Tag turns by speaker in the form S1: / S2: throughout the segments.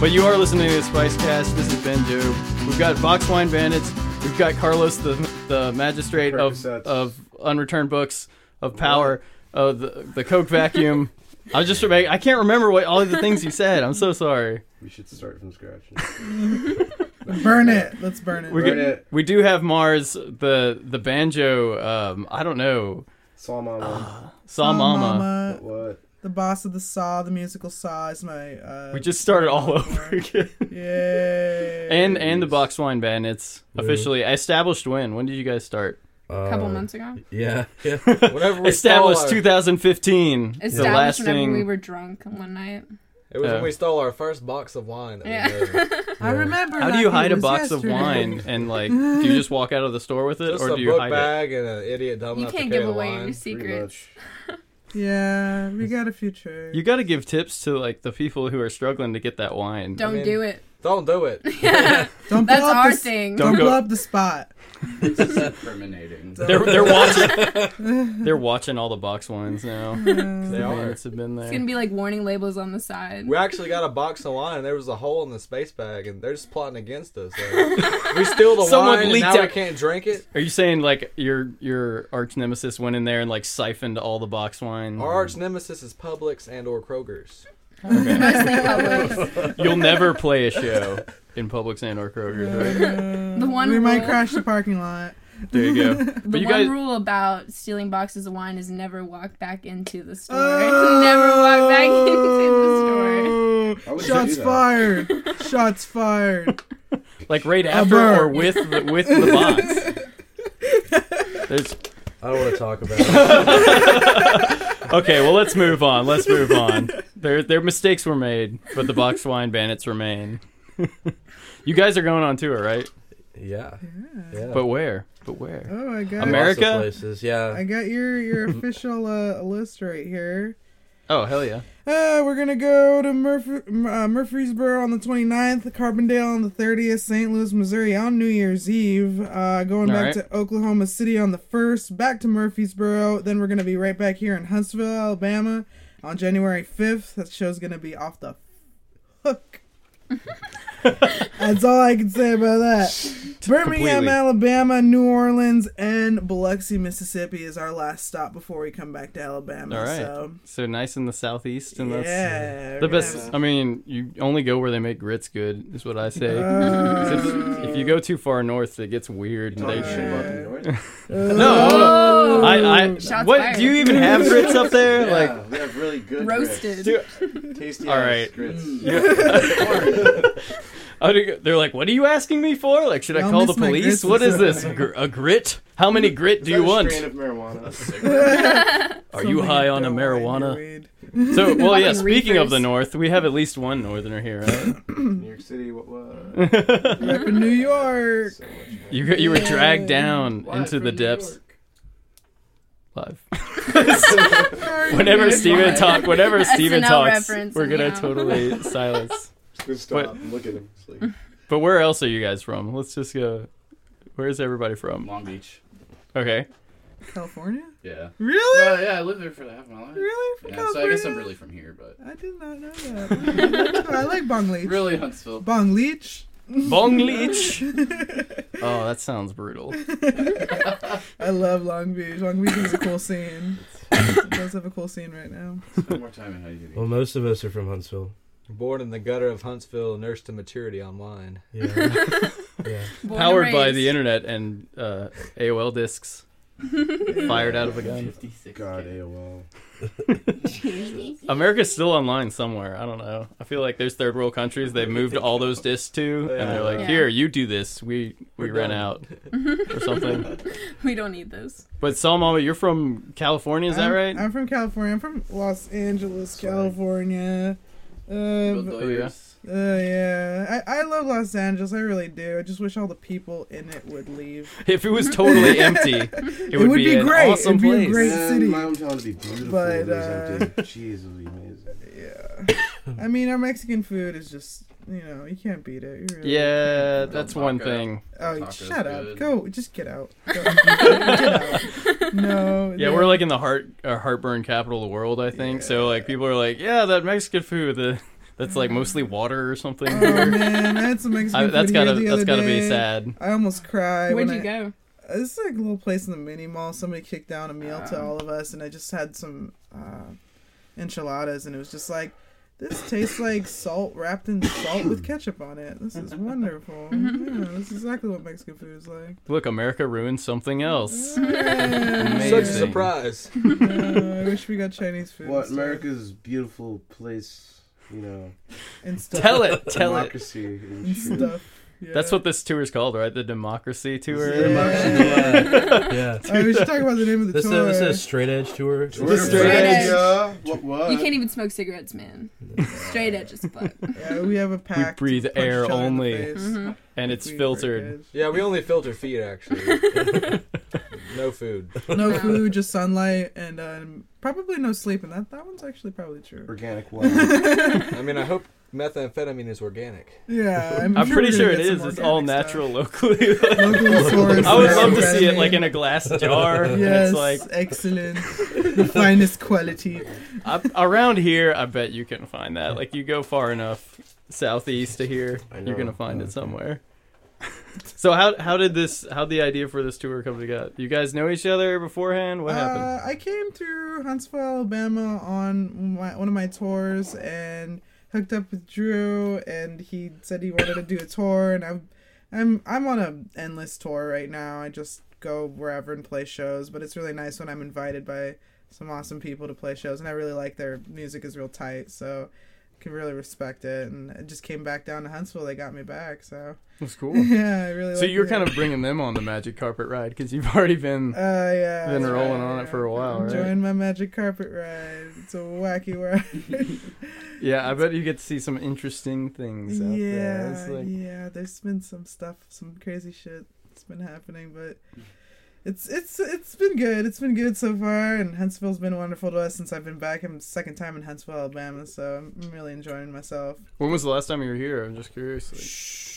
S1: But you are listening to Spicecast. This is Benju. We've got Box Wine Bandits. We've got Carlos, the the magistrate of,
S2: Percocets.
S1: of unreturned books, of power, of the, the Coke vacuum. I was just remem- I can't remember what all of the things you said. I'm so sorry.
S2: We should start from scratch.
S3: Burn it. Let's burn it.
S1: We
S2: Burn
S1: get-
S2: it.
S1: We do have Mars, the the banjo. Um, I don't know.
S2: Saw Mama.
S1: Saw Mama.
S2: What?
S3: Oh, The boss of the Saw, the musical Saw is my. Uh,
S1: We just started all over again.
S3: Yay.
S1: And and the Box Wine Bandits officially established when? When did you guys start?
S4: A couple
S1: Um,
S4: months ago.
S5: Yeah, yeah. Whatever. We
S1: established
S5: stole our,
S1: 2015. The
S4: Established
S1: last
S4: whenever
S1: thing.
S4: we were drunk one night.
S5: It was
S1: Yeah.
S5: when we stole our first box of wine. That
S4: Yeah.
S5: we made.
S3: I remember.
S1: How do
S3: like
S1: you
S3: it
S1: hide a
S3: was
S1: box of
S3: yesterday.
S1: wine and like do you just walk out of the store with it
S5: Just
S1: or
S5: a
S1: do you
S5: book
S1: hide
S5: bag and an idiot dumb
S4: You
S5: enough
S4: can't
S5: to carry the
S4: give away
S5: wine.
S4: your
S2: Pretty
S4: secrets.
S2: much.
S3: Yeah, we got a future.
S1: it? You got to give tips to like the people who are struggling to get that wine.
S4: Don't
S5: I mean-
S4: do it.
S5: Don't do it.
S3: don't
S4: That's
S3: blow up
S4: our
S3: the, s-
S4: thing.
S3: Don't,
S1: Don't go-
S3: blow up the spot.
S2: Discriminating.
S1: They're they're watching. they're watching all the box wines now. 'Cause
S3: Uh,
S1: the
S5: are.
S1: bandits have been
S4: It's gonna
S1: there.
S4: be like warning labels on the side.
S5: We actually got a box of wine, and there was a hole in the space bag, and they're just plotting against us. Like, we steal the
S1: Someone
S5: wine, and
S1: leaked
S5: now we
S1: out-
S5: can't drink it.
S1: Are you saying like your your arch nemesis went in there and like siphoned all the box wine?
S5: Our arch nemesis is Publix and or Kroger's.
S4: Mostly Publix.
S1: You'll never play a show in Publix and or Kroger's. Right?
S4: The one
S3: we might
S4: rule-
S3: crash the parking lot.
S1: There you go.
S4: The
S1: But you
S4: one
S1: guys,
S4: rule about stealing boxes of wine is never walk back into the store.
S3: Oh.
S4: never walk back into the store.
S2: Why would you
S3: Shots
S2: do that?
S3: fired. Shots fired.
S1: like right after
S3: bird.
S1: or with the, with the box. There's,
S5: I don't want to talk about it.
S1: okay, well let's move on. Let's move on. There, there mistakes were made, but the box wine bandits remain. you guys are going on tour, right?
S5: Yeah. yeah.
S1: But where? But where?
S3: Oh, I got.
S1: Ameri- America?
S5: places, yeah.
S3: I got your your official uh, list right here.
S1: Oh hell yeah!
S3: Uh, we're gonna go to Murf- uh, Murfreesboro on the 29th, Carbondale on the 30th, St. Louis, Missouri on New Year's Eve. Uh, going
S1: All
S3: back
S1: right.
S3: to Oklahoma City on the 1st, back to Murfreesboro. Then we're gonna be right back here in Huntsville, Alabama on January 5th. That show's gonna be off the hook. That's all I can say about that. Birmingham,
S1: Completely.
S3: Alabama, New Orleans, and Biloxi, Mississippi is our last stop before we come back to Alabama.
S1: All right.
S3: So.
S1: So nice in the southeast, and that's
S3: yeah,
S1: the
S3: we're gonna
S1: best.
S3: have-
S1: I mean, you only go where they make grits good, is what I say.
S3: Uh,
S1: If, if you go too far north, it gets weird. and
S2: Talking
S1: They,
S2: shit about the North?
S1: no, no, no.
S4: Oh,
S1: I, I
S4: Shots
S1: what
S4: fired.
S1: do you even have grits up there?
S2: Yeah,
S1: Like,
S2: we have really good
S4: roasted.
S1: Dude.
S2: grits. tasty.
S1: All
S2: All
S1: right. Mm.
S2: right, grits.
S1: how do you- Oh, they're like, what are you asking me for? Like, should I
S3: Y'all
S1: call the
S3: miss my
S1: police?
S3: grits
S1: What
S3: and
S1: is
S3: stuff.
S1: this? Gr- a grit? How many grit do you want?
S2: Strain of marijuana. A cigarette.
S1: Are you
S3: something
S1: high
S3: you
S1: on a
S3: don't like to
S1: marijuana?
S3: read.
S1: So, well, yeah.
S4: Fucking
S1: Speaking of the
S4: reefers.
S1: north, we have at least one northerner here. Right?
S2: New York City. What? what?
S3: Up in New York.
S2: So much.
S1: You got- you were dragged
S3: Yeah.
S1: down
S4: Live
S1: into
S4: from
S1: the
S4: New
S1: depths.
S4: York.
S1: Live. whenever Steven talk, whenever
S4: SNL
S1: Steven talks,
S4: reference,
S1: we're gonna
S4: yeah.
S1: totally silence.
S2: Just stop and look at him. It's like,
S1: But where else are you guys from? Let's just go. Where is everybody from?
S6: Long Beach.
S1: Okay.
S3: California?
S6: Yeah.
S3: Really?
S6: Oh yeah, I lived there for half my life.
S3: Really? From
S6: Yeah, so I
S3: California?
S6: guess I'm really from here, but
S3: I did not know that. I like Bong Leech.
S6: really Huntsville.
S3: Bong Leech.
S1: Bong Leech. Oh, that sounds brutal.
S3: I love Long Beach. Long Beach is a cool scene. It does have a cool scene right now.
S6: Spend more time in Huntsville.
S7: Well, most of us are from Huntsville.
S5: Born in the gutter of Huntsville, nursed to maturity on wine.
S7: Yeah.
S4: Born and
S1: Powered by
S4: raised.
S1: the internet and uh, AOL discs
S4: Mm-hmm.
S1: fired out of a gun.
S6: 56.
S2: God, AOL.
S1: America's still online somewhere. I don't know. I feel like there's third world countries they've moved all those discs to, and they're like,
S4: Yeah.
S1: "Here, you do this. We we
S5: We're
S1: ran
S5: done."
S1: out or something."
S4: We don't need this.
S1: But Saul Mama, you're from California, is that
S3: I'm,
S1: right?
S3: I'm from California. I'm from Los Angeles,
S6: Sorry.
S3: California. Uh,
S6: Bill
S1: Oh, yeah.
S6: Doyers.
S3: Uh, yeah, I, I love Los Angeles. I really do. I just wish all the people in it would leave.
S1: if it was totally empty, it, would,
S3: would
S1: be,
S3: be
S1: an
S3: great.
S1: awesome
S3: It'd be a
S1: place.
S3: great-
S2: Man,
S3: city.
S2: My hometown would be beautiful.
S3: But,
S2: But
S3: uh,
S2: uh, jeez, it would be amazing.
S3: Yeah. I mean, our Mexican food is just, you know, you can't beat it. You really
S1: Yeah,
S6: Del
S1: that's one
S6: Taco.
S1: thing.
S3: Oh,
S6: Tacos
S3: shut up.
S6: good.
S3: Go. Just get out. Go. Get out. No.
S1: Yeah, we're like in the heart, uh, heartburn capital of the world, I think. So like, people are like, "Yeah, that Mexican food, the that's like mostly water or something.
S3: Oh man, I had some Mexican
S1: I, that's
S3: food here
S1: gotta
S3: the
S1: that's
S3: other
S1: gotta be
S3: day.
S1: sad.
S3: I almost cried.
S4: Where'd
S3: when
S4: you
S3: I,
S4: go?
S3: This is like a little place in the mini mall. Somebody kicked down a meal
S1: Ah.
S3: to all of us, and I just had some uh, enchiladas, and it was just like, this tastes like salt wrapped in salt with ketchup on it. This is wonderful. yeah, this is exactly what Mexican food is like.
S1: Look, America ruined something else.
S3: Yeah.
S5: Such a
S1: Amazing.
S5: surprise.
S3: Uh, I wish we got Chinese food.
S2: What
S3: instead.
S2: America's beautiful place, you know,
S3: and stuff.
S1: Tell it, tell it.
S2: democracy and
S3: and
S2: shit.
S3: stuff. Yeah.
S1: That's what this tour's called, right? The democracy tour.
S2: Yeah.
S7: Yeah.
S3: All right, we should talk about the name of the
S7: This is
S3: tour.
S7: this is a straight edge tour.
S2: We're
S1: Straight
S2: friends,
S4: edge.
S2: yeah. What?
S1: Uh,
S2: What?
S4: You can't even smoke cigarettes, man. Straight edge as fuck.
S3: yeah, we have a pack.
S1: breathe air only.
S4: Mhm.
S1: and it's filtered.
S5: Yeah, we only filter feet actually. no food.
S3: No food, just sunlight, and um, probably no sleep. And that that one's actually probably true.
S2: Organic water.
S5: I mean, I hope methamphetamine is organic.
S3: Yeah, I'm,
S1: I'm
S3: sure
S1: pretty
S3: we're
S1: sure it
S3: gonna get
S1: is.
S3: some
S1: It's all
S3: organic stuff.
S1: natural locally.
S3: Locally sourced
S1: I would
S3: and
S1: love to see it
S3: organic.
S1: like in a glass jar. and
S3: Yes,
S1: It's like
S3: excellent, the finest quality.
S1: I, around here, I bet you can find that. Like you go far enough southeast to here,
S5: I
S1: you're gonna
S5: know.
S1: find it somewhere. so how how did this how the idea for this tour come together? You guys know each other beforehand? What happened?
S3: Uh, I came through Huntsville, Alabama on my, one of my tours and hooked up with Drew and he said he wanted to do a tour and I'm I'm I'm on a endless tour right now. I just go wherever and play shows, but it's really nice when I'm invited by some awesome people to play shows and I really like their music is real tight, so I can really respect it and I just came back down to Huntsville. They got me back, so
S1: That's cool.
S3: yeah, I really.
S1: So
S3: like
S1: you're
S3: it.
S1: kind of bringing them on the magic carpet ride because you've already been
S3: uh, yeah,
S1: been
S3: that's
S1: rolling
S3: right,
S1: on it
S3: yeah.
S1: for a while, right?
S3: Enjoying my magic carpet ride. It's a wacky ride.
S1: Yeah, I bet you get to see some interesting things out there.
S3: yeah,
S1: It's like-
S3: yeah. There's been some stuff, some crazy shit that's been happening, but it's it's it's been good. It's been good so far, and Huntsville's been wonderful to us since I've been back. I'm the second time in Huntsville, Alabama, so I'm really enjoying myself.
S1: When was the last time you were here? I'm just curious. like-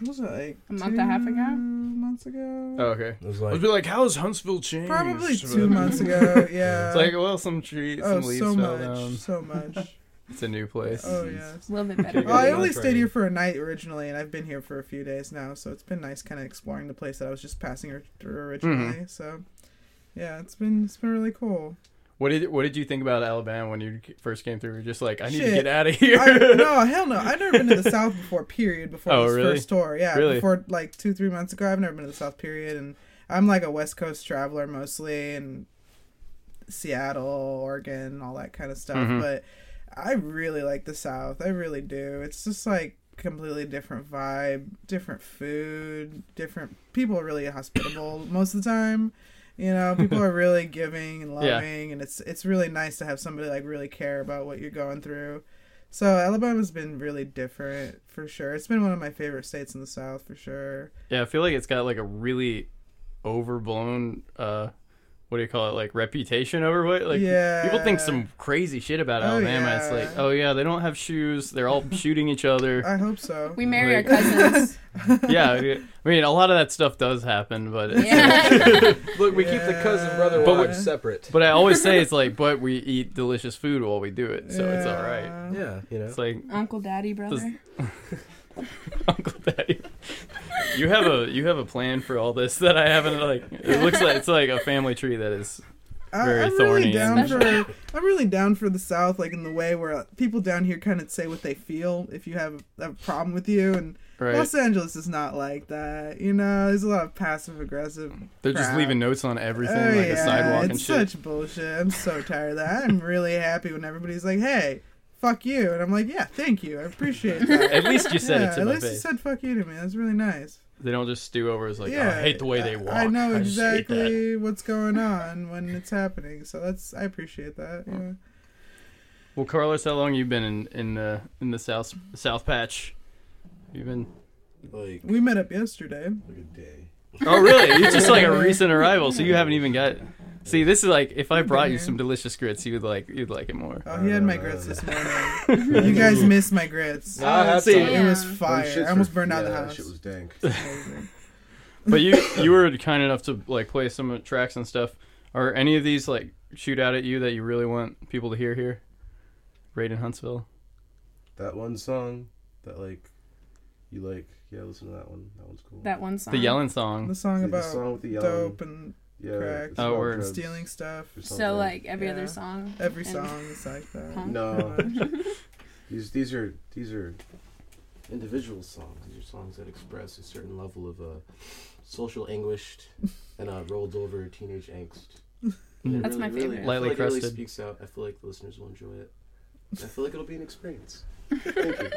S3: What was it like
S4: A month and a half
S3: two
S4: ago?
S3: Months ago.
S1: oh, okay.
S7: It was
S1: I
S7: like
S1: would be like, how has Huntsville changed?
S3: Probably
S1: But-
S3: two months ago. Yeah.
S1: It's like, well, some trees,
S3: oh,
S1: some leaves
S3: so
S1: fell
S3: much,
S1: down.
S3: so much.
S1: It's a new place.
S3: oh yes.
S4: A little bit better.
S3: Well, I
S5: Yeah,
S3: only
S5: that's
S3: stayed
S5: right.
S3: here for a night originally, and I've been here for a few days now, so it's been nice kind of exploring the place that I was just passing or- through originally. So, yeah, it's been it's been really cool.
S1: What did What did you think about Alabama when you first came through? You're just like, I need to
S3: Shit.
S1: get out of here.
S3: I, no, hell no, I've never been to the South before. Period. Before
S1: Oh,
S3: this
S1: really?
S3: first tour, yeah,
S1: Really?
S3: before like two three months ago, I've never been to the South. Period, and I'm like a West Coast traveler mostly, and Seattle, Oregon, all that kind of stuff.
S1: Mhm.
S3: But I really like the South. I really do. It's just like completely different vibe, different food, different people are really hospitable most of the time. You know, people are really giving and
S1: Yeah.
S3: loving and it's it's really nice to have somebody like really care about what you're going through. So Alabama's been really different for sure. It's been one of my favorite states in the South for sure.
S1: yeah, I feel like it's got like a really overblown. uh what do you call it? Like reputation over what? Like
S3: Yeah.
S1: people think some crazy shit about
S3: Oh,
S1: Alabama. It's
S3: yeah.
S1: like, oh yeah, they don't have shoes. They're all shooting each other.
S3: I hope so.
S4: We marry
S1: Like-
S4: our cousins.
S1: yeah, I mean, a lot of that stuff does happen, but it's,
S4: yeah.
S5: Look, we keep the cousin brother
S1: But
S5: wife
S3: we-
S5: separate.
S1: but I always say it's like, but we eat delicious food while we do it, so it's all right.
S3: Yeah.
S7: yeah, you know.
S1: It's like
S4: Uncle, daddy, brother.
S1: Uncle Daddy. You have a you have a plan for all this that I haven't like. It looks like it's like a family tree that is. very
S3: I'm
S1: thorny
S3: Really down
S1: and-
S3: for, I'm really down for the South, like in the way where people down here kind of say what they feel if you have a problem with you, and
S1: Right.
S3: Los Angeles is not like that. You know, there's a lot of passive aggressive.
S1: They're just
S3: crap.
S1: leaving notes on everything,
S3: Oh,
S1: like the
S3: yeah,
S1: sidewalk
S3: it's
S1: and shit.
S3: such bullshit. I'm so tired of that. I'm really happy when everybody's like, "Hey, fuck you," and I'm like, "Yeah, thank you. I appreciate that."
S1: At least you said
S3: yeah,
S1: it to
S3: at
S1: my
S3: least you
S1: face.
S3: said "fuck you" to me. That's really nice.
S1: They don't just stew over. It's like oh,
S3: Yeah,
S1: I hate the way they walk.
S3: I know
S1: just hate that.
S3: exactly what's going on when it's happening, so that's I appreciate that. Yeah.
S1: Well, Carlos, how long you been in in the in the south south patch? You been?
S2: like,
S3: We met up yesterday.
S2: like a day.
S1: Oh, really? You're just like a recent arrival, so you haven't even got.
S2: Oh,
S1: See, this is like if I brought you
S3: here.
S1: some delicious grits, you'd like you'd like it more.
S3: Oh, he had my grits this morning. you guys missed my grits.
S5: No, I had
S1: See,
S5: some.
S3: It was
S4: Yeah.
S2: Them
S3: fire.
S2: shits
S3: I almost
S2: were-
S3: burned down the
S2: yeah, that
S3: house.
S2: Shit was dank.
S1: But you you were kind enough to like play some tracks and stuff. Are any of these like shoot out at you that you really want people to hear here? Right in Huntsville.
S2: That one song that like you like. Yeah, listen to that one. That one's cool.
S4: That one song.
S1: The yelling
S3: The
S1: song.
S3: song
S2: The- the
S3: about
S2: song um, with the yelling.
S3: dope and
S2: yeah,
S3: crack.
S2: it's
S1: Oh,
S2: about
S1: we're-
S2: drugs
S3: stealing stuff.
S2: or
S4: So
S2: something.
S4: like every
S3: Yeah.
S4: other song.
S3: Every
S4: and-
S3: song is like that.
S4: Punk?
S2: No, these these are these are individual songs. These are songs that express a certain level of uh, social anguish and uh, rolled over teenage angst. And it
S4: That's my
S2: really-
S4: favorite.
S2: I feel
S1: Lightly
S2: like it really
S1: crusted.
S2: speaks out. I feel like the listeners will enjoy it. And I feel like it'll be an experience. Thank you.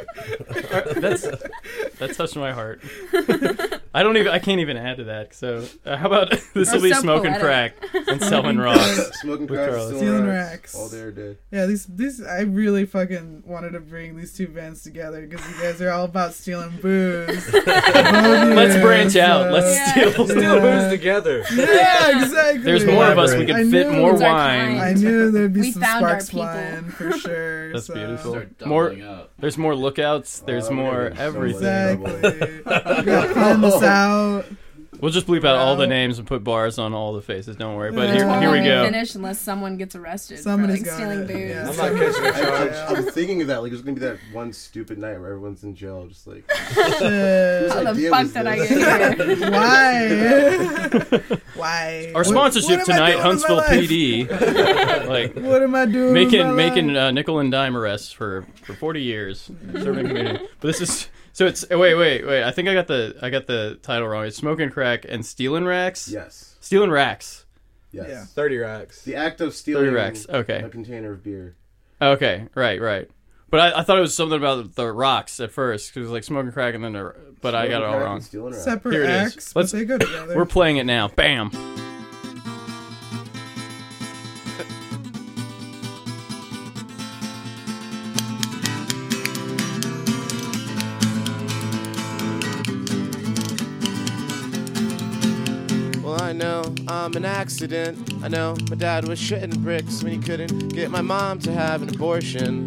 S1: that's that touched my heart. I don't even. I can't even add to that. So uh, how about this will
S4: That's
S1: be
S4: so
S1: smoking crack
S4: poetic.
S1: and selling rocks.
S2: Uh, Smoking
S1: With
S2: crack,
S1: Carlos.
S2: stealing,
S3: Stealing
S2: racks.
S3: racks.
S2: all day or day.
S3: Yeah, these these I really fucking wanted to bring these two bands together because you guys are all about stealing booze.
S1: Let's
S3: Let's
S1: branch out. Let's
S4: Yeah.
S1: steal.
S5: Still
S3: Yeah.
S5: booze together.
S3: Yeah, exactly.
S1: There's more of us. We
S2: Elaborate.
S3: I
S1: could fit
S3: knew
S1: more
S4: it's our
S1: wine.
S4: kind.
S3: I knew there'd be
S4: We
S3: some
S4: found our
S3: sparks
S4: people.
S3: flying for sure.
S1: That's
S3: so-
S1: beautiful.
S6: Start
S1: More-
S6: doubling up.
S1: There's more lookouts. There's
S2: Oh, we're
S1: more
S2: gonna get so
S1: everything.
S2: much.
S3: Exactly. we gotta plan this out.
S1: We'll just bleep out all the
S3: Well-
S1: names and put bars on all the faces. Don't worry. But
S3: Yeah.
S1: here,
S4: Won't
S1: here we
S4: let me
S1: go.
S4: Finish unless someone gets arrested
S3: Somebody's
S4: for like,
S3: got
S4: stealing
S3: it.
S4: booze.
S3: Yeah.
S5: I'm not catching a
S2: I,
S5: charge.
S2: I, I'm thinking of that. Like, there's gonna be that one stupid night where everyone's in jail, just like
S3: Shit.
S4: How the
S2: idea
S4: fuck
S2: was
S4: did I
S2: this?
S4: get here?
S3: Why? Why?
S1: Our
S3: What-
S1: sponsorship
S3: what am I
S1: tonight,
S3: doing with my
S1: Huntsville
S3: life?
S1: PD. like
S3: What am I doing?
S1: making
S3: with my
S1: making
S3: life?
S1: uh, nickel and dime arrests for for 40 years serving community. But this is so it's oh, wait wait wait. I think I got the I got the title wrong. It's smoking crack and stealing racks.
S2: yes,
S1: Stealing racks.
S2: yes.
S3: Yeah.
S5: Thirty racks.
S2: The act of
S1: Thirty
S2: stealing
S1: racks. Okay.
S2: a container of beer.
S1: Okay. Right. Right. But I, I thought it was something about the rocks at first because like smoking crack and then the, but I got
S2: Smoking
S1: it all
S2: crack
S1: wrong.
S2: and stealing racks.
S3: separate
S1: Here it is.
S3: acts, but
S1: Let's-
S3: they go together.
S1: We're playing it now. Bam.
S7: Well, I know I'm an accident. I know my dad was shitting bricks when he couldn't get my mom to have an abortion.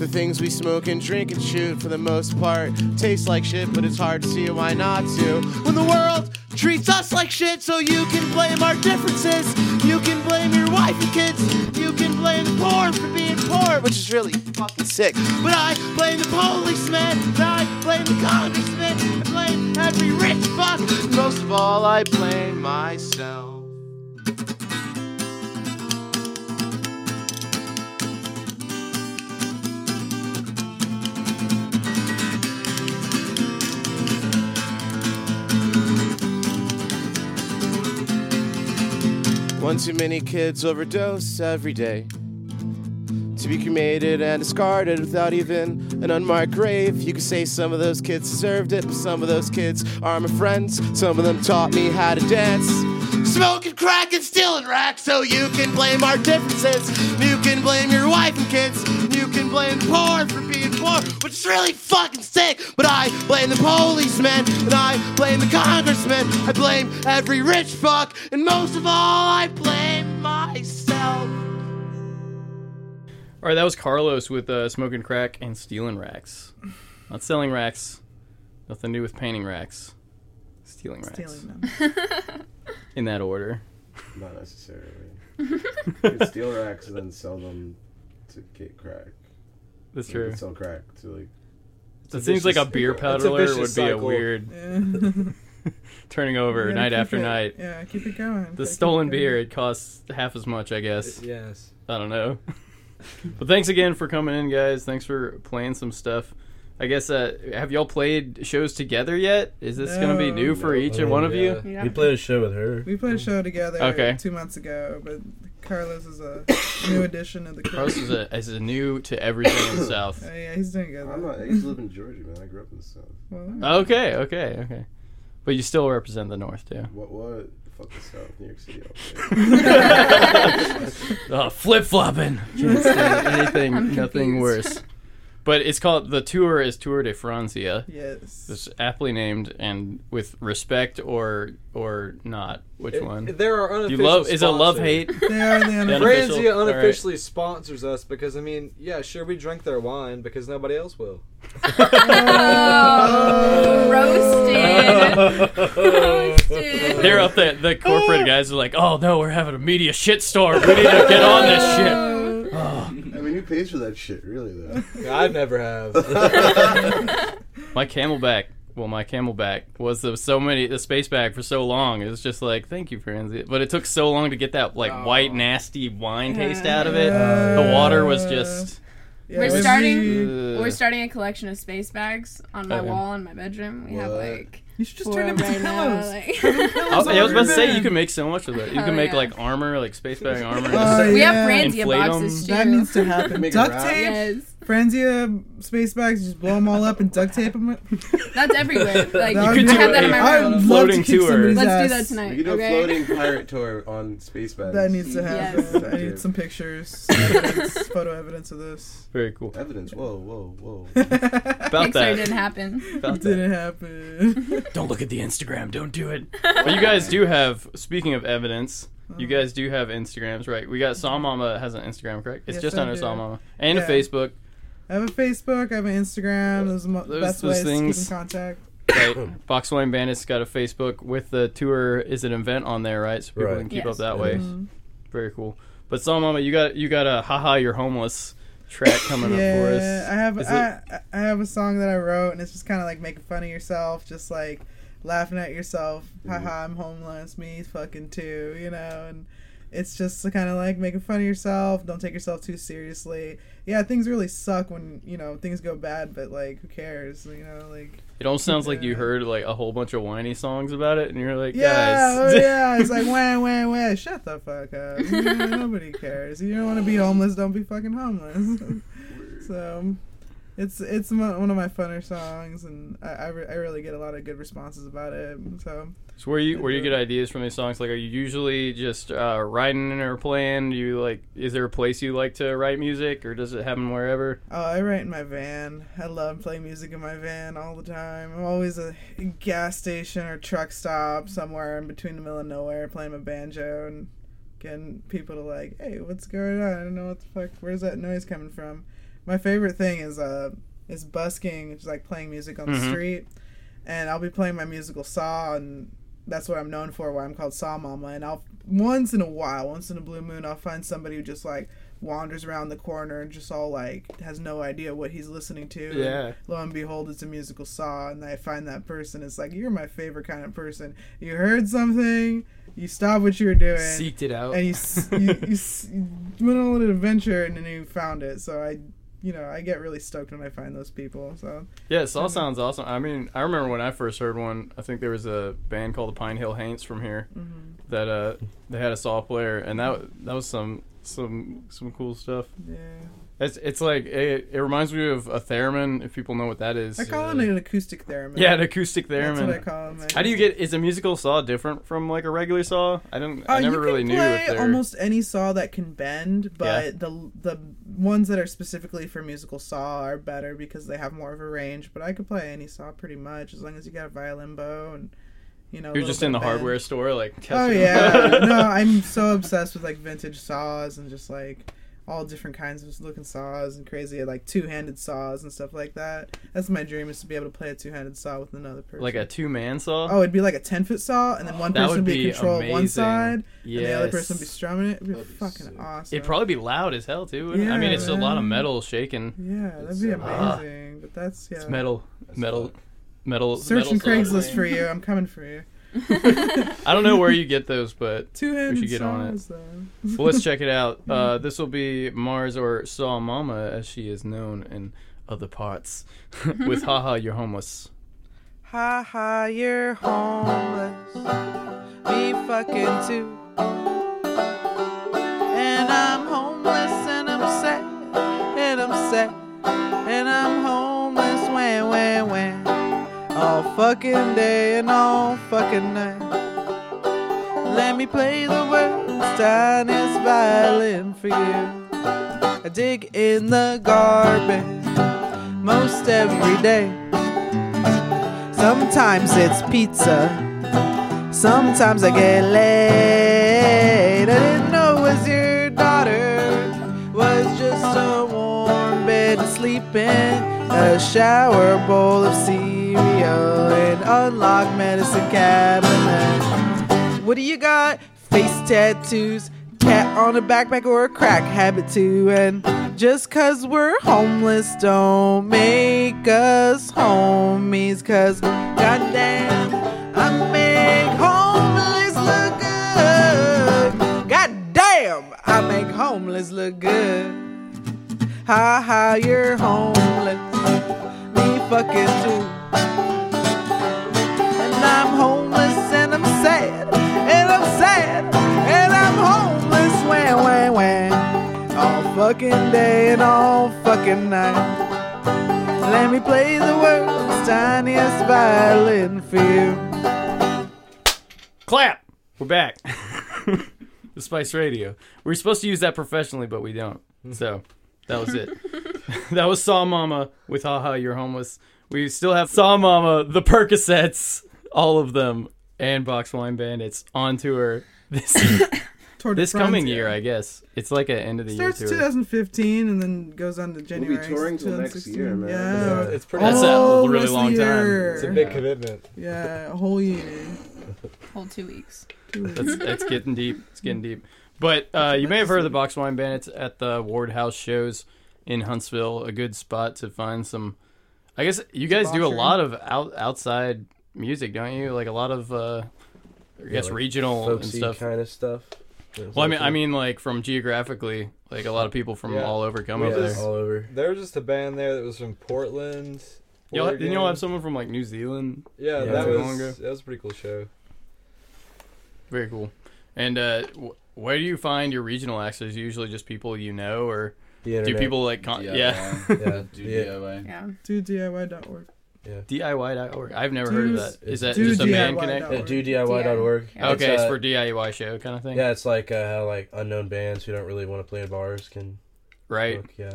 S7: The things we smoke and drink and shoot for the most part taste like shit, but it's hard to see why not to. When the world treats us like shit, so you can blame our differences. You can blame your wife and kids. You can blame the poor for being poor, which is really fucking sick. But I blame the policeman. and I blame the congressman. I blame every rich fuck. And Most of all, I blame myself. One too many kids overdose every day. To be cremated and discarded without even an unmarked grave. You could say some of those kids deserved it, but some of those kids are my friends. Some of them taught me how to dance. Smoking crack and stealing racks, so you can blame our differences. You can blame your wife and kids. You can blame the poor for being poor, which is really fucking sick. But I blame the policemen, and I blame the congressmen. I blame every rich fuck, and most of all, I blame myself.
S1: All right, that was Carlos with uh, smoking crack and stealing racks. Not selling racks. Nothing to do with painting racks. Stealing racks.
S3: stealing them.
S1: In that order.
S2: Not necessarily. you could steal racks and then sell them to get crack.
S1: That's
S2: You
S1: true.
S2: could sell crack to like.
S1: It seems like a beer peddler
S5: vicious
S1: would be a
S5: cycle.
S1: weird
S3: Yeah.
S1: turning over
S3: Gotta
S1: night
S3: keep
S1: after
S3: it-
S1: night.
S3: Yeah, keep it going. Gotta
S1: The
S3: keep
S1: stolen
S3: it
S1: beer,
S3: going.
S1: it costs half as much, I guess.
S5: Yes.
S1: I don't know. but thanks again for coming in, guys. Thanks for playing some stuff. I guess, uh, have y'all played shows together yet? Is this going to be
S3: No.
S1: new for
S5: No.
S1: each and one of you?
S4: Yeah.
S8: He played a show with her.
S3: We played a show together
S1: Okay.
S3: two months ago, but Carlos is a new addition of the crew.
S1: Carlos is, a, is a new to everything in the South.
S3: Oh, yeah, he's doing good.
S2: I'm
S3: though.
S2: not. I used to live in Georgia, man. I grew up in the south.
S3: Well,
S1: Okay, okay, okay. But you still represent the North, too.
S2: What? What? Fuck the south. New York City. All day.
S1: Oh, flip flopping. Can't stand anything,
S4: I'm
S1: nothing
S4: confused.
S1: worse. But it's called the tour is Tour de Francia.
S3: yes.
S1: It's aptly named and with respect or or not. Which
S5: It-
S1: one?
S5: There are
S1: you
S5: unofficial.
S1: love is it love
S5: sponsors.
S1: hate?
S3: They are the unofficial.
S1: unofficial-
S5: Franzia
S1: all right.
S5: unofficially sponsors us because I mean, yeah, sure, we drink their wine because nobody else will.
S4: Oh, roasted. roasted.
S1: They're up there. The corporate guys are like, oh no, we're having a media shitstorm. We need to get on this shit.
S2: I mean, you pays for that shit, really, though.
S5: I've never have.
S1: My camelback. Well, my camelback was the so many the space bag for so long. It was just like, thank you, friends. It- But it took so long to get that like
S6: Oh.
S1: white nasty wine taste
S4: Yeah.
S1: out of it. The water was just.
S3: Yeah,
S4: We're
S3: we-
S4: starting-
S1: Ugh.
S4: We're starting a collection of space bags on my
S1: Okay.
S4: wall in my bedroom. We have
S2: What?
S4: like
S3: You should just
S4: four
S3: turn them
S4: right
S3: into
S4: now,
S3: pillows.
S4: like-
S1: I, Oh, yeah, I was about to say you
S3: can.
S1: can make so much with it. You
S4: Hell
S1: can make
S4: yeah.
S1: like armor, like space bag armor.
S3: Oh,
S4: we
S3: yeah.
S4: have Franzia
S1: Inflate 'em.
S4: boxes too.
S3: That needs to happen.
S5: Make a
S3: duct
S5: wrap.
S3: tape,
S4: Yes,
S3: Franzia uh, space bags, just blow them all up and duct tape them.
S4: that's everywhere. Like
S1: You
S4: I
S1: could do
S4: have that in
S1: a-
S4: my
S3: I
S1: I'd
S3: would
S4: room.
S3: love to
S1: Floating
S3: kick
S1: tour.
S3: somebody's
S4: Let's do that
S3: ass.
S4: tonight.
S2: We could do
S4: okay?
S2: a floating pirate tour on space bags.
S3: That needs to happen.
S4: Yes.
S3: I need some pictures, evidence, photo evidence of this.
S1: Very cool.
S2: Evidence. Whoa, whoa, whoa.
S1: About
S4: Pixar
S1: that.
S4: didn't happen.
S1: About that.
S3: Didn't happen.
S1: Don't look at the Instagram. Don't do it. but you guys do have. Speaking of evidence,
S3: Uh-huh.
S1: you guys do have Instagrams, right? We got Saw Mama has an Instagram, correct? It's
S3: Mm-hmm. Yes,
S1: just
S3: I
S1: under
S3: do.
S1: Saw Mama and
S3: Yeah.
S1: a Facebook.
S3: I have a Facebook. I have an Instagram. Those are mo-
S1: Those-
S3: best
S1: those
S3: ways to
S1: things.
S3: keep in contact.
S1: Right. Box Wine Bandit's got a Facebook with the tour is an event on there, right? So people
S5: Right.
S1: can keep
S4: Yes.
S1: up that
S5: It
S1: way.
S5: is.
S3: Mm-hmm.
S1: Very cool. But Saw Mama, you got you got a haha you're homeless track coming up for
S3: Yeah, I
S1: us.
S3: have
S1: Is it-
S3: I, I- I have a song that I wrote, and it's just kind of like making fun of yourself, just like laughing at yourself.
S1: Mm-hmm.
S3: Haha, I'm homeless. Me fucking too, you know. And it's just kind of like making fun of yourself. Don't take yourself too seriously. Yeah, things really suck when you know things go bad, but like who cares? You know, like
S1: It almost sounds like you
S3: Yeah.
S1: heard like a whole bunch of whiny songs about it, and you're like,
S3: yeah,
S1: guys,
S3: oh, yeah. It's like wah wah wah. Shut the fuck up. You know, nobody cares. You don't want to be homeless. Don't be fucking homeless. so it's it's mo- one of my funner songs, and I I, re- I really get a lot of good responses about it. So
S1: So where you where you get ideas from these songs? Like, are you usually just uh, writing or playing? Do you like? Is there a place you like to write music, or does it happen wherever?
S3: oh, I write in my van. I love playing music in my van all the time. I'm always at a gas station or truck stop somewhere in between the middle of nowhere playing my banjo and getting people to like, hey, what's going on? I don't know what the fuck. Where's that noise coming from? My favorite thing is uh is busking, which is like playing music on the
S1: Mhm.
S3: street, and I'll be playing my musical saw, and that's what I'm known for. Why I'm called Saw Mama, and I'll once in a while, once in a blue moon, I'll find somebody who just like wanders around the corner and just all like has no idea what he's listening to. and
S1: Yeah.
S3: lo and behold, it's a musical saw, and I find that person. It's like you're my favorite kind of person. You heard something, you stopped what you were doing,
S1: it out.
S3: and you, s- you, you, s- you went on an adventure and then you found it. So I, you know, I get really stoked when I find those people. So
S1: yeah, Saw
S3: Mm-hmm.
S1: sounds awesome. I mean, I remember when I first heard one. I think there was a band called the Pine Hill Haints from here
S3: Mm-hmm.
S1: that uh they had a Saw player, and that that was some some some cool stuff.
S3: yeah,
S1: It's it's like it, it reminds me of a theremin if people know what that is.
S3: I call it an acoustic theremin.
S1: yeah, an acoustic theremin.
S3: That's what I call them.
S1: How do you get? Is a musical saw different from like a regular saw? I don't. I
S3: Uh,
S1: never
S3: you
S1: really
S3: can
S1: knew.
S3: play
S1: If they're,
S3: almost any saw that can bend, but
S1: Yeah.
S3: the the ones that are specifically for musical saw are better because they have more of a range. But I could play any saw pretty much as long as you got a violin bow and you know. a
S1: you're
S3: little
S1: just
S3: bit
S1: in the
S3: of bend.
S1: hardware store, like.
S3: Oh
S1: testing-
S3: yeah, no, I'm so obsessed with like vintage saws and just like all different kinds of looking saws and crazy like two-handed saws and stuff like that. That's my dream is to be able to play a two-handed saw with another person.
S1: like a two man saw.
S3: oh, it'd be like a ten-foot saw, and then one
S1: That
S3: person would
S1: would
S3: be in
S1: be
S3: control of one
S1: amazing.
S3: side, and the other person would be
S1: Yes.
S3: strumming it. It'd be
S2: That'd be
S3: fucking
S2: sick.
S3: awesome.
S1: It'd probably be loud as hell too. wouldn't it? I mean,
S3: Yeah,
S1: it's a lot of
S3: man.
S1: metal shaking.
S3: yeah, that'd
S2: It's,
S3: be
S2: uh,
S1: Ah.
S3: amazing. but that's yeah.
S1: It's metal, metal, metal.
S3: Searching
S1: metal saw.
S3: Craigslist for you. I'm coming for you.
S1: I don't know where you get those, but
S3: Two-handed
S1: get
S3: saws,
S1: on it.
S3: though.
S1: well, let's check it out. Uh, this will be Mars or Saw Mama, as she is known in other parts, with Haha, You're Homeless.
S3: Ha ha, you're homeless. Me fucking too. And I'm homeless and I'm sad. And I'm sad. And I'm homeless. Wah, wah, wah. All fucking day and all fucking night. Let me play the world's tiniest violin for you. I dig in the garbage most every day. Sometimes it's pizza. Sometimes I get laid. I didn't know it was your daughter. Was just a warm bed to sleep in. A shower bowl of cereal. An unlocked medicine cabinet. What do you got? Face tattoos. Cat on a backpack or a crack habit too. And Just cause we're homeless don't make us homies. Cause goddamn, I make homeless look good. Goddamn, I make homeless look good. Ha ha, you're homeless. Me fucking too. And I'm homeless and I'm sad. And I'm sad. And I'm homeless. Wah, wah, wah. All fucking day and all fucking night. Let me play the world's tiniest violin for you.
S1: Clap. We're back. the Spice Radio. We are supposed to use that professionally, but we don't. So that was it. that was Saw Mama with Haha You're Homeless. We still have Saw Mama, the Percocets, all of them, and Box Wine Bandits on tour this
S3: Tour de
S1: this
S3: France.
S1: coming year, I guess. It's like an end of the year
S3: Starts
S1: tour.
S3: 2015 and then goes on to January.
S8: touring till next
S3: 2016.
S8: year, man.
S3: Yeah.
S5: It's pretty.
S1: That's
S5: it's
S1: a
S3: Almost
S1: really long
S3: the
S1: time.
S3: year.
S5: a big commitment.
S3: Yeah, a whole year.
S9: Whole two weeks.
S1: That's, that's getting deep. It's getting deep. But uh, you may have heard of the Box Wine Bandits at the Ward House shows in Huntsville. A good spot to find some. I guess you guys do a
S3: Debauchery.
S1: lot of out, outside music, don't you? Like a lot of, uh, I guess,
S8: like
S1: regional and
S8: folksy
S1: stuff.
S8: kind of stuff.
S1: Well, I mean, I mean, like from geographically, like a lot of people from
S5: Yeah.
S1: all over come
S5: We
S1: over
S5: just-
S1: there.
S8: all over.
S5: There was just a band there that was from Portland.
S1: Y'all, didn't y'all
S5: Oregon.
S1: have someone from like New Zealand?
S5: Yeah,
S8: Yeah.
S5: that
S1: Too long
S5: was
S1: ago.
S5: that was a pretty cool show.
S1: Very cool. And uh, wh- where do you find your regional acts? Is it usually just people you know, or
S8: The
S1: do
S8: internet.
S1: people like? Con- yeah.
S5: Yeah.
S2: Do
S8: Yeah.
S2: DIY.
S9: Yeah.
S3: Do DIY.org.
S1: DIY.org. I've never heard of
S3: Dude-
S1: that. Is that
S3: Dude,
S1: just a man
S3: DIY.
S1: connect?
S8: Yeah, do DIY.org.
S9: Yeah.
S1: Okay,
S8: It's,
S1: it's
S8: uh,
S1: for DIY show kind of thing,
S8: yeah, it's like uh, how like unknown bands who don't really want to play at bars can
S1: right?
S8: book. Yeah,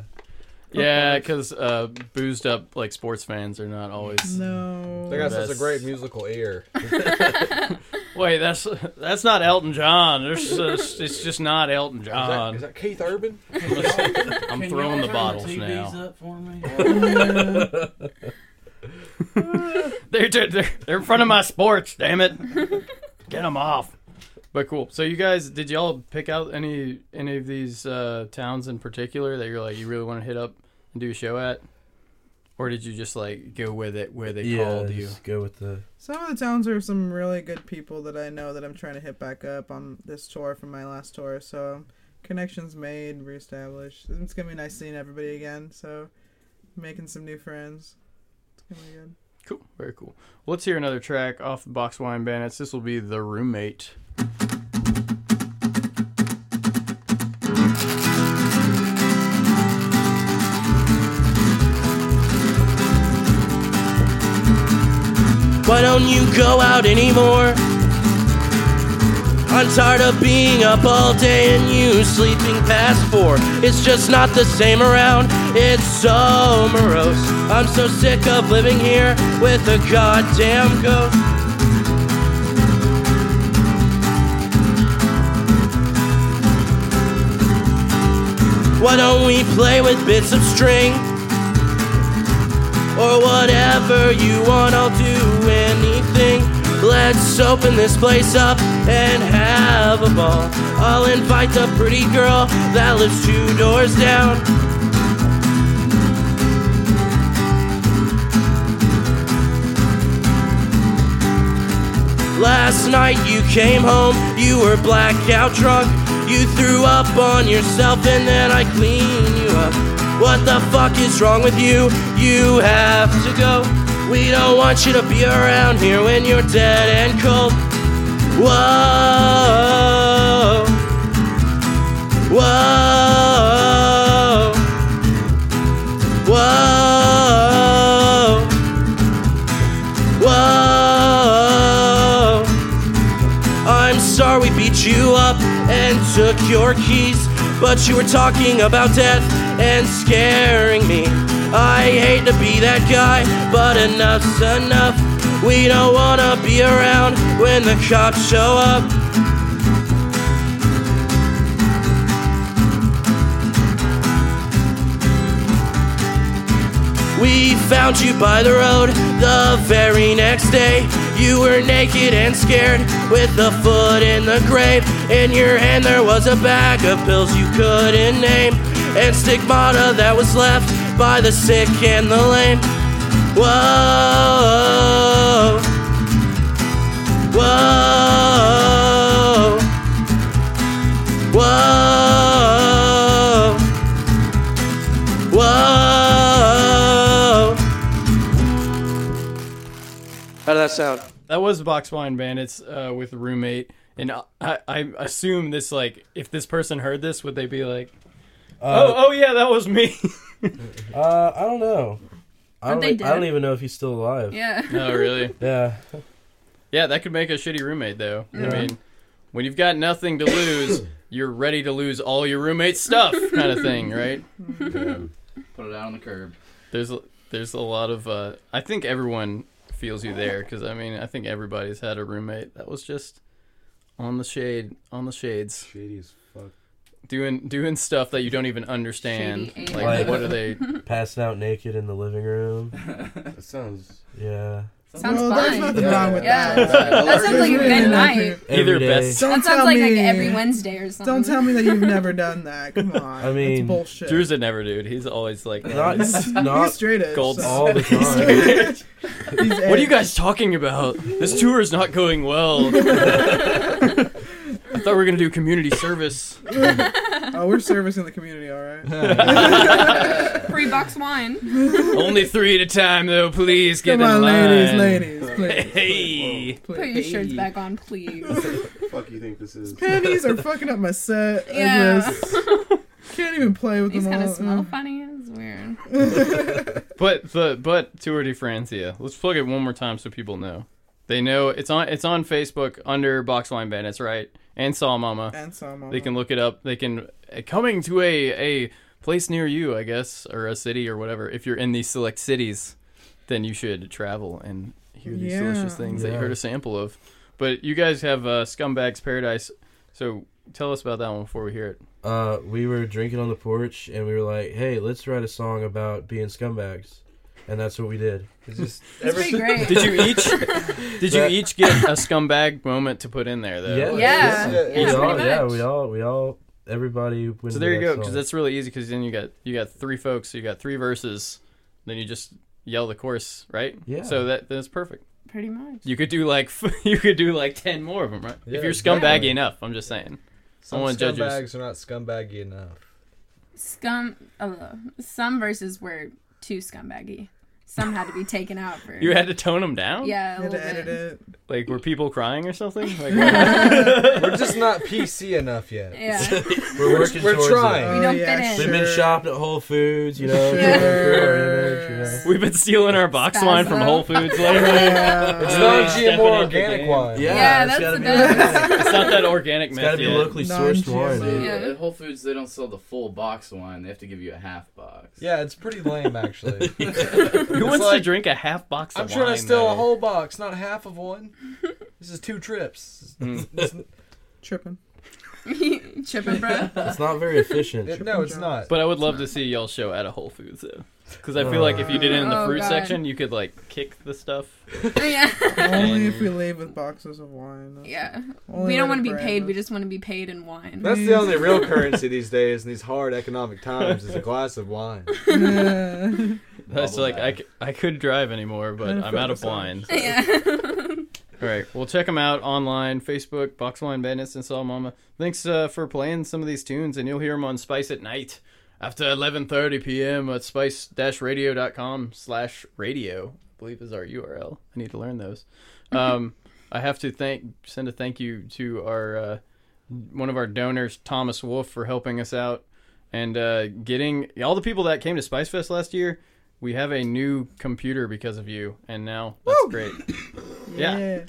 S1: Yeah, because uh, boozed up like sports fans are not always.
S3: No.
S5: They got such a
S1: That's-
S5: great musical ear.
S1: Wait, that's that's not Elton John. There's just, it's just not Elton
S5: Is that,
S1: John.
S5: is that Keith Urban?
S1: I'm throwing the bottles now. They're, they're they're in front of my sports. Damn it, get them off. But cool. So you guys, did y'all pick out any any of these uh, towns in particular that you're like you really want to hit up and do a show at, or did you just like go with it where they called you?
S8: just go with the
S3: Some of the towns are some really good people that I know that I'm trying to hit back up on this tour from my last tour. So connections made, reestablished. It's gonna be nice seeing everybody again. So making some new friends. It's gonna be good.
S1: Cool. Very cool. Well, let's hear another track off the Box Wine Bandits. This will be The Roommate.
S10: Why don't you go out anymore? I'm tired of being up all day and you sleeping past four. It's just not the same around, it's so morose. I'm so sick of living here with a goddamn ghost. Why don't we play with bits of string? or whatever you want, I'll do anything. Let's open this place up and have a ball. I'll invite the pretty girl that lives two doors down. Last night you came home, you were blackout drunk. You threw up on yourself and then I clean you up. What the fuck is wrong with you? You have to go. We don't want you to be around here when you're dead and cold. Whoa. Whoa. Whoa. Whoa. I'm sorry we beat you up and took your keys, but you were talking about death and scaring me. I hate to be that guy, but enough's enough. We don't wanna be around when the cops show up. We found you by the road the very next day. You were naked and scared with a foot in the grave. In your hand there was a bag of pills you couldn't name.
S7: and stigmata that was left by the sick and the lame. Whoa. Whoa. Whoa. Whoa. How did that sound?
S1: That was Box Wine Bandits uh, with a roommate, and I, I assume this like if this person heard this, would they be like, "Oh, oh yeah, that was me."
S8: Uh, I don't know. I
S4: Aren't
S8: don't, e,
S4: they
S8: I don't
S4: dead?
S8: even know if he's still alive.
S4: Yeah.
S1: no, really?
S8: Yeah.
S1: Yeah, that could make a shitty roommate though. I mean, when you've got nothing to lose, you're ready to lose all your roommate's stuff, kind of thing, right?
S6: Put it out on the curb.
S1: There's a- there's a lot of uh, I think everyone feels you there because I mean I think everybody's had a roommate that was just on the shade on the shades
S2: Shady as fuck.
S1: doing doing stuff that you don't even understand.
S4: Shady AF.
S1: Like,
S8: Like-
S1: what are they?
S4: Hmm.
S8: Passing out naked in the living room.
S2: That sounds.
S8: Yeah.
S4: Sounds
S3: well, there's
S4: fine.
S3: nothing wrong with
S4: Yeah.
S3: that.
S4: That sounds like a good night.
S1: Either
S8: Every day.
S1: best
S3: Don't
S4: That
S3: tell
S4: sounds like,
S3: me.
S4: like every Wednesday or something.
S3: Don't tell me that you've never done that. Come on.
S8: I mean,
S3: That's bullshit.
S1: Drew's a never dude. He's always like,
S8: Not
S3: He's
S8: not
S3: straight edge.
S1: Gold
S3: so-
S8: all the
S3: He's
S8: time.
S3: straight edge. He's
S1: what are you
S3: edge.
S1: guys talking about? This tour is not going well. I thought we were gonna do community service.
S3: Oh, we're servicing the community, all right.
S4: Free box wine.
S1: Only three at a time, though. Please get
S3: Come
S1: in
S3: on,
S1: line.
S3: ladies, ladies, please.
S1: Hey,
S3: please.
S4: Put your shirts back on, please.
S2: Fuck you think this is?
S3: Panties are fucking up my set. I
S4: Yeah.
S3: guess. Can't even play with
S4: These
S3: them
S4: kind of
S3: all.
S4: smell funny. It's weird.
S1: but but but Tour de Francia. Let's plug it one more time so people know. They know it's on it's on Facebook under Boxline Bandits, right? And Saw Mama.
S3: And some.
S1: They can look it up. They can uh, coming to a a place near you, I guess, or a city or whatever. If you're in these select cities, then you should travel and hear these
S3: Yeah.
S1: delicious things that you
S8: Yeah.
S1: heard a sample of. But you guys have uh, Scumbags Paradise, so tell us about that one before we hear it.
S8: Uh, we were drinking on the porch, and we were like, "Hey, let's write a song about being scumbags," and that's what we did.
S5: It's just
S4: It's pretty great.
S1: Did you each? did you
S8: That-
S1: each get a scumbag moment to put in there though?
S8: Yeah.
S1: uh,
S4: Yeah.
S5: Yeah,
S4: Yeah,
S8: we
S4: pretty
S8: all,
S4: much.
S8: yeah, we all, we all, everybody. Went
S1: So there you go, because that's really easy. Because then you got you got three folks, so you got three verses, then you just yell the chorus, right?
S8: Yeah.
S1: So that that's perfect.
S4: Pretty much.
S1: You could do like you could do like ten more of them, right?
S5: Yeah,
S1: if you're scumbaggy
S5: exactly.
S1: enough, I'm just saying.
S5: some
S1: Someone judges.
S5: scumbags are not scumbaggy enough.
S4: Scum. Uh, some verses were too scumbaggy. Some had to be taken out for.
S1: You had to tone them down.
S4: yeah. A
S3: had
S4: little
S3: to edit
S4: bit.
S3: it.
S1: Like were people crying or something? Like, what-
S5: We're just not PC enough yet.
S4: Yeah.
S8: we're working.
S5: we're
S8: towards
S5: trying.
S8: It.
S3: Oh,
S4: don't
S3: yeah,
S4: fit in.
S8: We've been
S3: sure.
S8: shopping at Whole Foods, you know.
S3: Sure.
S8: trying to improve our image, you know.
S1: we've been stealing our box
S4: Spasm.
S1: wine from Whole Foods lately.
S3: Yeah.
S5: It's
S1: Really stepping
S5: non-GMO
S1: up the
S5: organic
S1: game.
S5: wine.
S8: Yeah,
S4: Yeah,
S8: it's
S4: that's
S8: gotta
S4: the
S8: be,
S4: best.
S1: it's not that organic
S8: It's
S1: meth
S8: gotta be
S1: yet.
S8: locally sourced
S3: Non-GMO.
S8: wine.
S6: Dude,
S4: Yeah.
S6: At Whole Foods, they don't sell the full box of wine. They have to give you a half box.
S5: Yeah, it's pretty lame actually.
S1: Who wants to
S5: like-
S1: drink a half box of
S5: I'm
S1: wine?
S5: trying to steal
S1: though?
S5: a whole box, not half of one. This is two trips.
S1: Hmm.
S3: Tripping.
S4: Chippin' bro.
S8: It's not very efficient.
S5: It- no, it's not.
S1: But I would love to see y'all show at a Whole Foods though. Because I feel like if you did it in the
S4: Oh,
S1: fruit
S4: God.
S1: section, you could like kick the stuff.
S4: yeah.
S3: Only if we leave with boxes of wine.
S4: Yeah.
S3: Only
S4: we don't
S3: way
S4: want to be
S3: brand
S4: paid.
S3: us.
S4: We just want to be paid in wine.
S5: That's the only real currency these days in these hard economic times is a glass of wine.
S3: Yeah.
S1: That's like I, c- I could drive anymore, but I'm out of wine.
S4: Yeah.
S1: All right. Well, check them out online, Facebook, Boxline Bandits, and Saw Mama. Thanks uh, for playing some of these tunes, and you'll hear them on Spice at Night after 11.30 p.m. at spice-radio.com slash radio, I believe is our URL. I need to learn those. Um, I have to thank send a thank you to our uh, one of our donors, Thomas Wolf, for helping us out and uh, getting all the people that came to Spice Fest last year. We have a new computer because of you, and now that's great. yeah.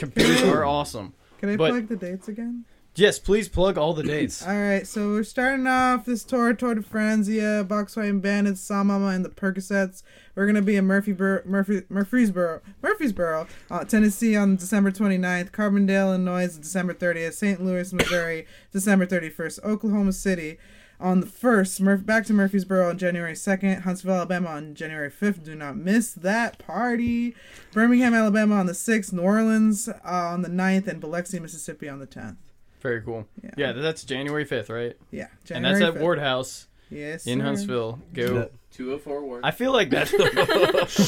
S1: Computers are awesome.
S3: Can I
S1: But-
S3: plug the dates again?
S1: Yes, please plug all the dates.
S3: All right, so we're starting off this tour toward Franzia, Boxwine Bandits, Samama, and the Percocets. We're going to be in Murfreesboro, Murphy, Murfreesboro, Murfreesboro uh, Tennessee on December 29th, Carbondale, Illinois, December 30th, St. Louis, Missouri, December 31st, Oklahoma City on the 1st, Murph- back to Murfreesboro on January 2nd, Huntsville, Alabama on January 5th. Do not miss that party. Birmingham, Alabama on the 6th, New Orleans uh, on the 9th, and Biloxi, Mississippi on the 10th.
S1: Very cool. Yeah. that's January 5th, right?
S3: Yeah,
S1: and that's at Ward House.
S3: Yes.
S1: in
S3: sir.
S1: Huntsville. Go.
S8: Yeah.
S6: 204 work.
S1: I feel like that's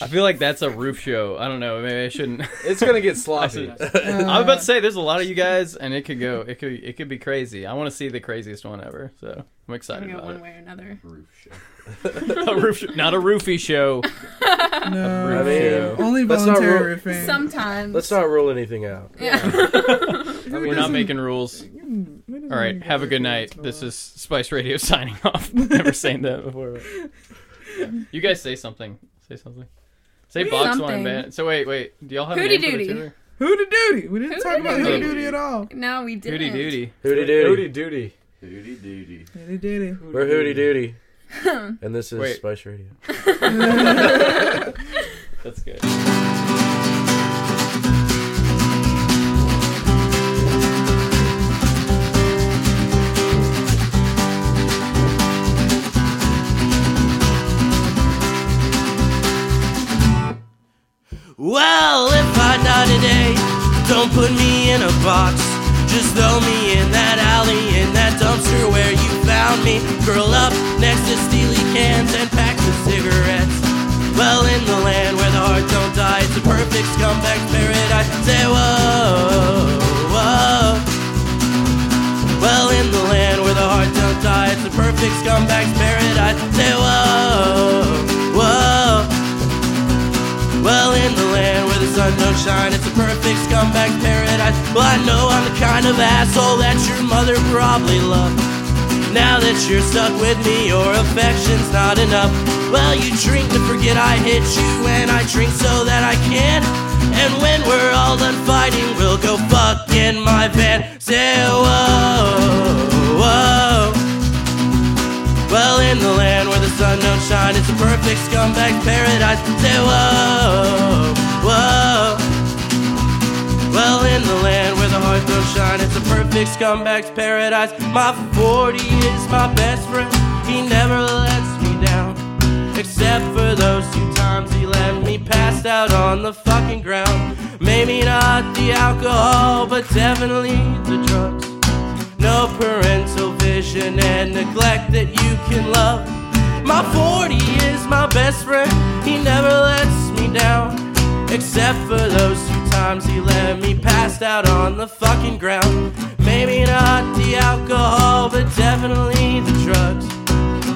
S1: I feel like that's a roof show. I don't know. Maybe I shouldn't.
S5: It's gonna get
S1: I
S5: sloppy.
S1: should- I was about to say there's a lot of you guys, and it could go. It could. It could be crazy. I want to see the craziest one ever. So I'm
S4: We're
S1: excited
S4: gonna go
S1: about
S4: one
S1: it.
S4: way or another.
S6: Roof show.
S1: a roof, sh- not a roofie show.
S3: No.
S8: I mean,
S3: Only
S8: Let's not
S3: voluntary
S8: rule-
S3: roofing.
S4: Sometimes.
S8: let's not rule anything out.
S4: Yeah.
S1: We're not making rules. All right. Have a good night. This is Spice Radio signing off. Never saying that before. but- You guys say something. Say something. Say
S4: We-
S1: box
S4: Something.
S1: wine band. So wait, wait. Do y'all have a
S4: Hooty
S1: name for the
S4: Doody.
S1: tour?
S3: Hooty Doody. We didn't
S4: Hooty
S3: talk about
S4: Doody.
S3: Hooty Doody at all.
S4: no, we didn't.
S1: Hooty Doody.
S8: Hooty doody.
S5: Duty, duty.
S6: Hooty doody.
S3: Hooty Doody.
S8: We're Hooty doody. And this is
S1: Wait.
S8: Spice Radio.
S1: That's good.
S10: Well, if I die today, don't put me in a box. Just throw me in that alley, in that dumpster where you found me. Curl up next to steely cans and packs of cigarettes. Well, in the land where the heart don't die, it's a perfect scumbag paradise. Say whoa, whoa. Well, in the land where the heart don't die, it's a perfect scumbag paradise. Say whoa, whoa. Well, in the land where the sun don't shine, it's a perfect scumbag paradise. Well, I know I'm the kind of asshole that your mother probably loved. Now that you're stuck with me, your affection's not enough. Well, you drink to forget I hit you, and I drink so that I can. And when we're all done fighting, we'll go fuck in my van. Say whoa, whoa. Well, in the land where the sun don't shine, it's a perfect scumbag paradise. Say whoa, whoa. Well, in the land where the heart don't shine, it's a perfect scumbag's paradise. My 40 is my best friend. He never lets me down, except for those two times he left me passed out on the fucking ground. Maybe not the alcohol, but definitely the drugs. No parental vision and neglect that you can love. My 40 is my best friend, he never lets me down. Except for those two times he let me passed out on the fucking ground. Maybe not the alcohol, but definitely the drugs.